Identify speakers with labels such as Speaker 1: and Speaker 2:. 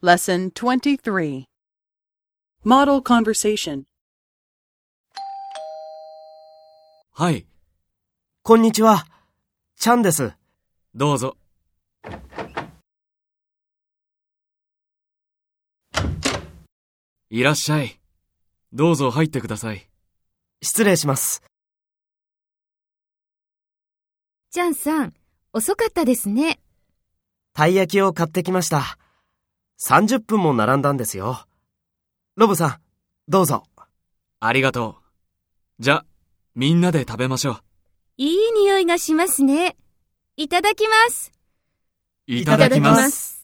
Speaker 1: Lesson 23 Model Conversation
Speaker 2: はい、
Speaker 3: こんにちは。チャンです。
Speaker 2: どうぞ。いらっしゃい。どうぞ入ってください。
Speaker 3: 失礼します。
Speaker 4: ジャンさん、遅かったですね。
Speaker 3: たい焼きを買ってきました。30分も並んだんですよ。ロブさん、どうぞ。
Speaker 2: ありがとう。じゃ、みんなで食べましょう。
Speaker 4: いい匂いがしますね。いただきます。
Speaker 2: い
Speaker 3: ただきます。